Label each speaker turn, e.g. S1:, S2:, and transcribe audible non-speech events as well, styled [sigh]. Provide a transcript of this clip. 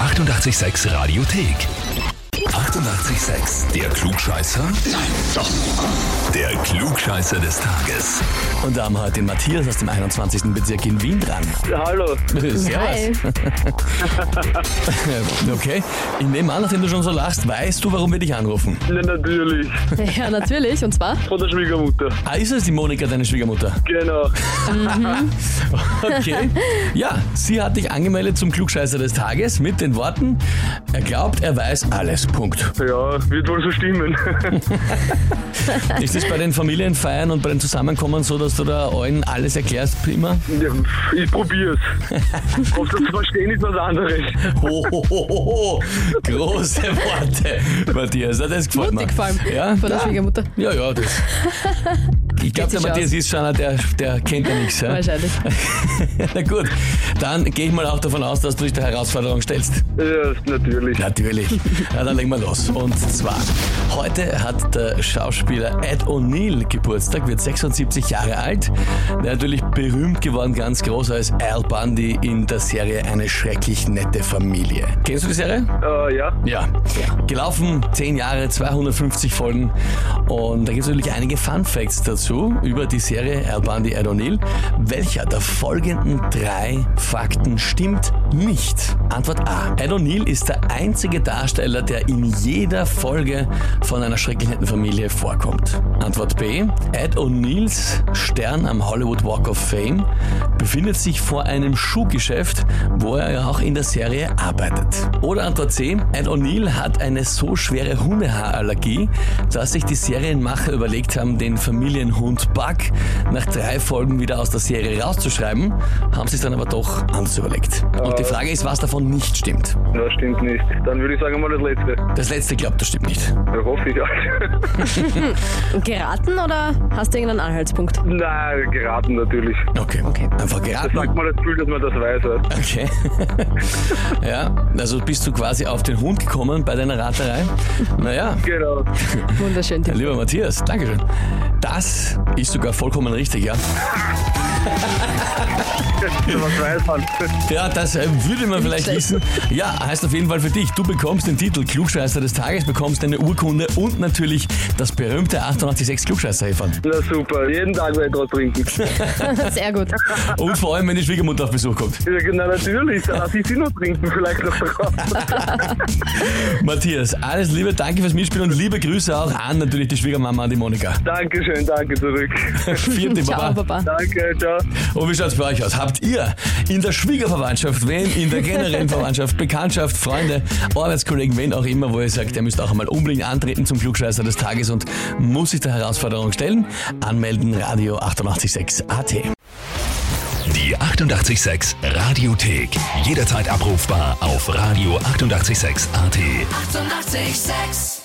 S1: 886 Radiothek. 88,6. Der Klugscheißer? Nein, doch. Der Klugscheißer des Tages.
S2: Und da haben wir heute den Matthias aus dem 21. Bezirk in Wien dran.
S3: Hallo.
S2: Servus. Äh,
S4: Hi.
S2: Okay, ich nehme an, nachdem du schon so lachst, weißt du, warum wir dich anrufen.
S3: Ja, natürlich.
S4: [laughs] Ja, natürlich. Und zwar?
S3: Von der Schwiegermutter.
S2: Ah, ist es die Monika, deine Schwiegermutter?
S3: Genau.
S2: Okay. Ja, sie hat dich angemeldet zum Klugscheißer des Tages mit den Worten, er glaubt, er weiß alles. Punkt.
S3: Ja, wird wohl so stimmen.
S2: Ist es bei den Familienfeiern und bei den Zusammenkommen so, dass du da allen alles erklärst immer?
S3: [laughs] Ja, ich [laughs] probier's. Ob das zu verstehen ist, was anderes.
S2: Ho, ho, ho, ho, ho. [laughs] Große Worte, Matthias. Na, Das gefällt mir.
S4: Mutig vor allem.
S2: Ja,
S4: Von der
S2: na,
S4: Schwiegermutter.
S2: Ja, ja, das. Ich glaube, der
S4: sich
S2: Matthias ist schon einer, der, der kennt ja nichts. Ja?
S4: Wahrscheinlich.
S2: [laughs] Na gut, dann gehe ich mal auch davon aus, dass du dich der Herausforderung stellst.
S3: Ja, natürlich.
S2: Natürlich. Na, dann legen wir los. Und zwar, heute hat der Schauspieler Ed O'Neill Geburtstag, wird 76 Jahre alt. Natürlich berühmt geworden, ganz groß als Al Bundy in der Serie Eine schrecklich nette Familie. Kennst du die Serie?
S3: Äh, ja.
S2: Ja. Gelaufen, 10 Jahre, 250 Folgen. Und da gibt es natürlich einige Fun Facts dazu über die Serie Al Bundy, Ed O'Neill. Welcher der folgenden drei Fakten stimmt nicht? Antwort A. Ed O'Neill ist der einzige Darsteller, der in jeder Folge von einer schrecklichen Familie vorkommt. Antwort B. Ed O'Neills Stern am Hollywood Walk of Fame befindet sich vor einem Schuhgeschäft, wo er ja auch in der Serie arbeitet. Oder Antwort C. Ed O'Neill hat eine so schwere Hundehaarallergie, dass sich die Serienmacher überlegt haben, den Familienhund Buck nach drei Folgen wieder aus der Serie rauszuschreiben, haben sich dann aber doch anders überlegt. Und die Frage ist, was davon nicht stimmt.
S3: Na, stimmt nicht. Dann würde ich sagen, mal das letzte.
S2: Das letzte glaubt, das stimmt nicht.
S3: Ja, hoffe ich [laughs] auch.
S4: Geraten oder hast du irgendeinen Anhaltspunkt?
S3: Na, geraten natürlich.
S2: Okay. okay. Einfach
S3: Das
S2: geraten.
S3: sagt man das Gefühl, dass man das weiß. ja.
S2: Okay. [laughs] ja, also bist du quasi auf den Hund gekommen bei deiner Raterei. Naja,
S3: Genau.
S4: Wunderschön. Tipp.
S2: lieber Matthias, Dankeschön. Das ist sogar vollkommen richtig, ja.
S3: was weiß man.
S2: Ja, das äh, würde man vielleicht wissen. Ja, heißt auf jeden Fall für dich, du bekommst den Titel Klugscheißer des Tages, bekommst deine Urkunde und natürlich das berühmte 886 klugscheißer -Häfern.
S3: Na super. Jeden Tag werde ich draus trinken.
S4: Sehr gut.
S2: Und vor allem, wenn die Schwiegermutter auf Besuch kommt.
S3: Ja, genau, natürlich. Dann lasse ich sie noch trinken, vielleicht noch drauf. [laughs]
S2: Matthias, alles Liebe, danke fürs Mitspielen und liebe Grüße auch an natürlich die Schwiegermama, die Monika. [laughs]
S3: Dankeschön, danke zurück.
S2: Vierte
S4: Ciao, Baba.
S3: Danke, ciao.
S2: Und wie schaut's bei euch aus? Habt ihr in der Schwiegerverwandtschaft, wen, in der generellen Verwandtschaft, Bekanntschaft, Freunde, Arbeitskollegen, wen auch immer, wo ihr sagt, ihr müsst auch einmal unbedingt antreten zum Klugscheißer des Tages und muss sich der Herausforderung stellen? Anmelden, Radio 886 AT.
S1: Die 88,6 Radiothek. Jederzeit abrufbar auf radio886.at. 88,6.
S5: Eighty-eight, sex.